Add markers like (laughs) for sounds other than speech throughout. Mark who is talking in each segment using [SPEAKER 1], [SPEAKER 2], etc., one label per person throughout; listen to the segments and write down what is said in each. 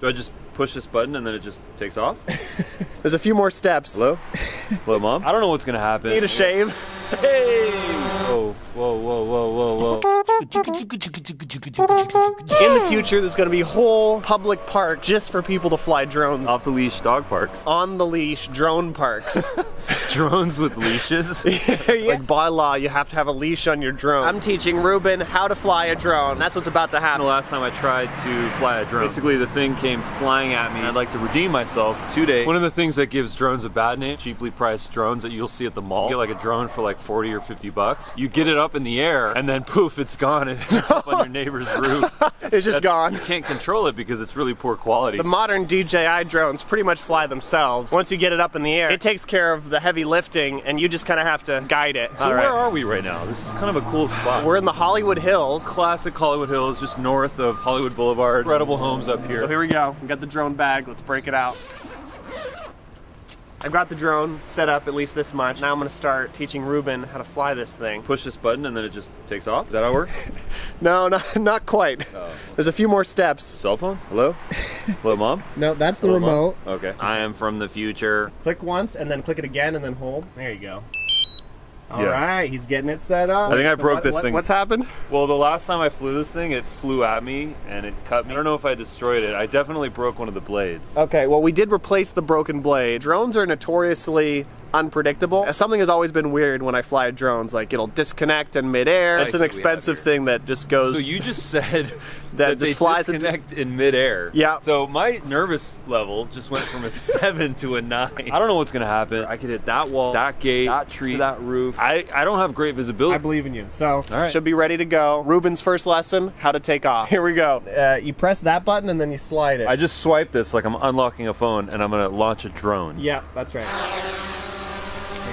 [SPEAKER 1] Do I just push this button and then it just takes off?
[SPEAKER 2] There's a few more steps.
[SPEAKER 1] Hello? Hello, mom? I don't know what's gonna happen.
[SPEAKER 2] Need a shave.
[SPEAKER 1] Hey! Whoa, whoa, whoa, whoa, whoa, whoa.
[SPEAKER 2] In the future, there's going to be whole public park just for people to fly drones.
[SPEAKER 1] Off the leash dog parks.
[SPEAKER 2] on the leash drone (laughs) parks.
[SPEAKER 1] (laughs) Drones with (laughs) leashes.
[SPEAKER 2] Like by law, you have to have a leash on your drone. I'm teaching Ruben how to fly a drone. That's what's about to
[SPEAKER 1] the
[SPEAKER 2] happen.
[SPEAKER 1] last time I tried to fly a drone. Basically, the thing came flying at me. I'd like to redeem myself today. One of the things that gives drones a bad name, cheaply priced drones that you'll see at the mall. You get like a drone for like 40 or 50 bucks. You get it up in the air, and then poof, it's gone. (laughs) and It's up on your neighbor's roof.
[SPEAKER 2] (laughs) It's just gone.
[SPEAKER 1] You can't control it because it's really poor quality.
[SPEAKER 2] The modern DJI drones pretty much fly themselves. Once you get it up in the air, it takes care of the heavy lifting, and you just kind of have to guide it.
[SPEAKER 1] So where are we right now? This is kind of a cool spot.
[SPEAKER 2] We're in the Hollywood Hills.
[SPEAKER 1] classic Hollywood Hills, just north of Hollywood Boulevard. Incredible homes up here.
[SPEAKER 2] So here we go. We got the drone bag. Let's break it out. I've got the drone set up at least this much. Now I'm gonna start teaching Ruben how to fly this thing.
[SPEAKER 1] Push this button and then it just takes off. Is that how it works?
[SPEAKER 2] No, (laughs) not, not quite.
[SPEAKER 1] Oh.
[SPEAKER 2] There's a few more steps.
[SPEAKER 1] Cell phone? Hello? Hello, mom?
[SPEAKER 2] No, that's the
[SPEAKER 1] Hello, Mom?
[SPEAKER 2] remote.
[SPEAKER 1] Okay. I am from the future.
[SPEAKER 2] Click once and then click it again and then hold. There you go. All
[SPEAKER 1] Yeah.
[SPEAKER 2] right, he's getting it set up.
[SPEAKER 1] I think I broke
[SPEAKER 2] what-
[SPEAKER 1] this
[SPEAKER 2] what-
[SPEAKER 1] thing.
[SPEAKER 2] What's happened?
[SPEAKER 1] Well, the last time I flew this thing, it flew at me and it cut me. I don't know if I destroyed it. I definitely broke one of the blades.
[SPEAKER 2] Okay, well, we did replace the broken blade. Drones are notoriously unpredictable. Uh, Something has always been weird when I fly drones, like it'll disconnect in midair. It's
[SPEAKER 1] see what
[SPEAKER 2] an
[SPEAKER 1] we have
[SPEAKER 2] expensive
[SPEAKER 1] here.
[SPEAKER 2] thing that just goes.
[SPEAKER 1] So you just (laughs) said
[SPEAKER 2] That
[SPEAKER 1] they
[SPEAKER 2] just flies into-
[SPEAKER 1] disconnect in midair.
[SPEAKER 2] Yeah.
[SPEAKER 1] So my nervous level just went from a (laughs) seven to a nine. I don't know what's gonna happen. I could hit that wall, that gate, that tree, that roof. I, I don't have great visibility.
[SPEAKER 2] I believe in you. So,
[SPEAKER 1] right.
[SPEAKER 2] should be ready to go. Ruben's first lesson how to take off. Here we go. Uh, you press that button and then you slide it.
[SPEAKER 1] I just swipe this like I'm unlocking a phone and I'm gonna launch a drone.
[SPEAKER 2] yeah, that's right.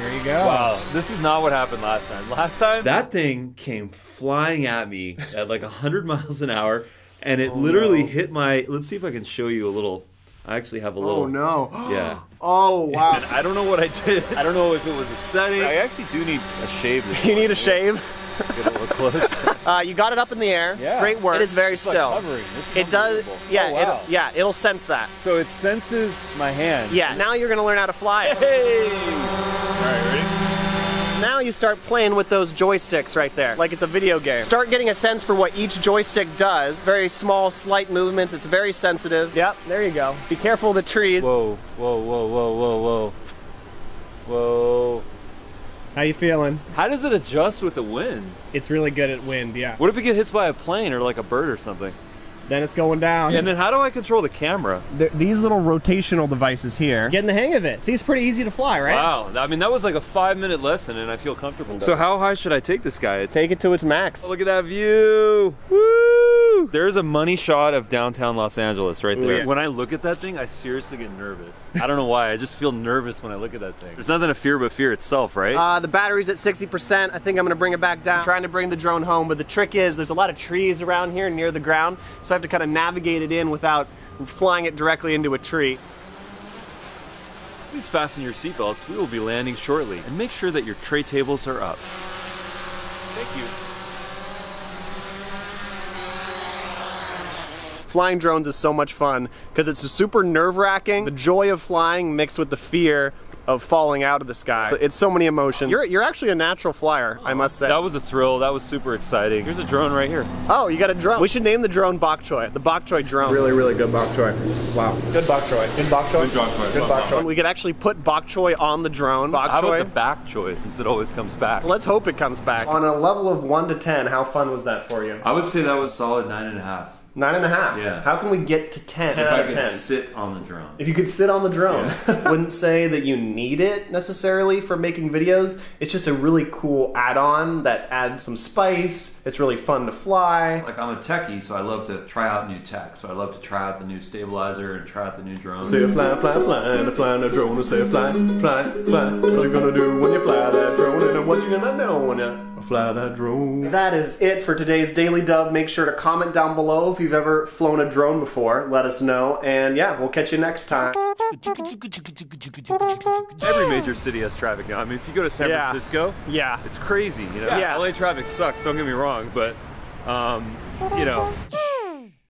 [SPEAKER 2] There you go.
[SPEAKER 1] Wow, Uh, this is not what happened last time. Last time that thing came flying at (laughs) me at like 100 miles an hour and it literally
[SPEAKER 2] no.
[SPEAKER 1] hit my let's see if I can show you a little. I actually have a little
[SPEAKER 2] Oh, no.
[SPEAKER 1] Yeah.
[SPEAKER 2] Oh, (laughs) wow.
[SPEAKER 1] And I don't know what I did. I don't know if it was a setting. I actually do need a shave (laughs) this
[SPEAKER 2] you need a shave?
[SPEAKER 1] get a little (laughs) close.
[SPEAKER 2] Uh, you got it up in the air. Great work. It is very still. it does. Yeah, it'll, yeah, it'll sense that.
[SPEAKER 1] Oh, So it senses my hand.
[SPEAKER 2] Yeah, now you're going to learn how to fly it.
[SPEAKER 1] Hey! Alright, ready?
[SPEAKER 2] Now you start playing with those joysticks right there, like it's a video game. Start getting a sense for what each joystick does. Very small, slight movements. It's very sensitive. Yep, there you go. Be careful of the trees.
[SPEAKER 1] Whoa, whoa, whoa, whoa, whoa, whoa. Whoa.
[SPEAKER 2] How you feeling?
[SPEAKER 1] How does it adjust with the wind?
[SPEAKER 2] It's really good at wind, yeah.
[SPEAKER 1] What if it gets hit by a plane or like a bird or something?
[SPEAKER 2] Then it's going down.
[SPEAKER 1] And then how do I control the camera?
[SPEAKER 2] these little rotational devices here. Getting the hang of it. See, it's pretty easy to fly, right?
[SPEAKER 1] Wow. I mean, that was like a five minute lesson and I feel comfortable. So, how high should I take this guy? It's-
[SPEAKER 2] Take it to its max.
[SPEAKER 1] Look at that view. Woo! There's a money shot of downtown Los Angeles right there.
[SPEAKER 2] yeah.
[SPEAKER 1] When I look at that thing, I seriously get nervous. I don't know why. I just feel nervous when I look at that thing. There's nothing to fear but fear itself, right?
[SPEAKER 2] Uh, the battery's at 60%. I think I'm gonna bring it back down. trying to bring the drone home, but the trick is there's a lot of trees around here near the ground, so I have to kind of navigate it in without flying it directly into a tree.
[SPEAKER 1] Please fasten your seatbelts. We will be landing shortly. And make sure that your tray tables are up. Thank you.
[SPEAKER 2] Flying drones is so much fun because it's super nerve wracking. The joy of flying mixed with the fear of falling out of the sky. So it's so many emotions. You're, you're actually a natural flyer, I must say.
[SPEAKER 1] That was a thrill. That was super exciting. Here's a drone right here.
[SPEAKER 2] Oh, you got a drone. We should name the drone Bok Choy. The Bok Choy drone. Really, really good Bok Choy. Wow. Good Bok Choy. Good Bok Choy. Good Bok Choy. Good Bok Choy. We could actually put Bok Choy on the drone. Bok
[SPEAKER 1] How about
[SPEAKER 2] Choy.
[SPEAKER 1] the back choice since it always comes back?
[SPEAKER 2] Let's hope it comes back. On a level of one to ten, how fun was that for you?
[SPEAKER 1] I would say that was solid nine and a half.
[SPEAKER 2] Nine and a half.
[SPEAKER 1] Yeah.
[SPEAKER 2] How can we get to ten?
[SPEAKER 1] If
[SPEAKER 2] out
[SPEAKER 1] I
[SPEAKER 2] of
[SPEAKER 1] could
[SPEAKER 2] ten.
[SPEAKER 1] sit on the drone.
[SPEAKER 2] If you could sit on the drone, (laughs) wouldn't say that you need it necessarily for making videos. It's just a really cool add-on that adds some spice. It's really fun to fly.
[SPEAKER 1] Like I'm a techie, so I love to try out new tech. So I love to try out the new stabilizer and try out the new drone.
[SPEAKER 2] Say a fly, fly, fly, and a fly in a drone. Say a fly, fly, fly. What you gonna do when you fly that drone? And what you gonna know when you fly that drone? That is it for today's Daily Dub. Make sure to comment down below if you've ever flown a drone before. Let us know. And yeah, we'll catch you next time.
[SPEAKER 1] Every major city has traffic now. I mean, if you go to San
[SPEAKER 2] Yeah.
[SPEAKER 1] Francisco,
[SPEAKER 2] Yeah.
[SPEAKER 1] it's crazy. You know,
[SPEAKER 2] Yeah.
[SPEAKER 1] LA traffic sucks. Don't get me wrong, but um, you know,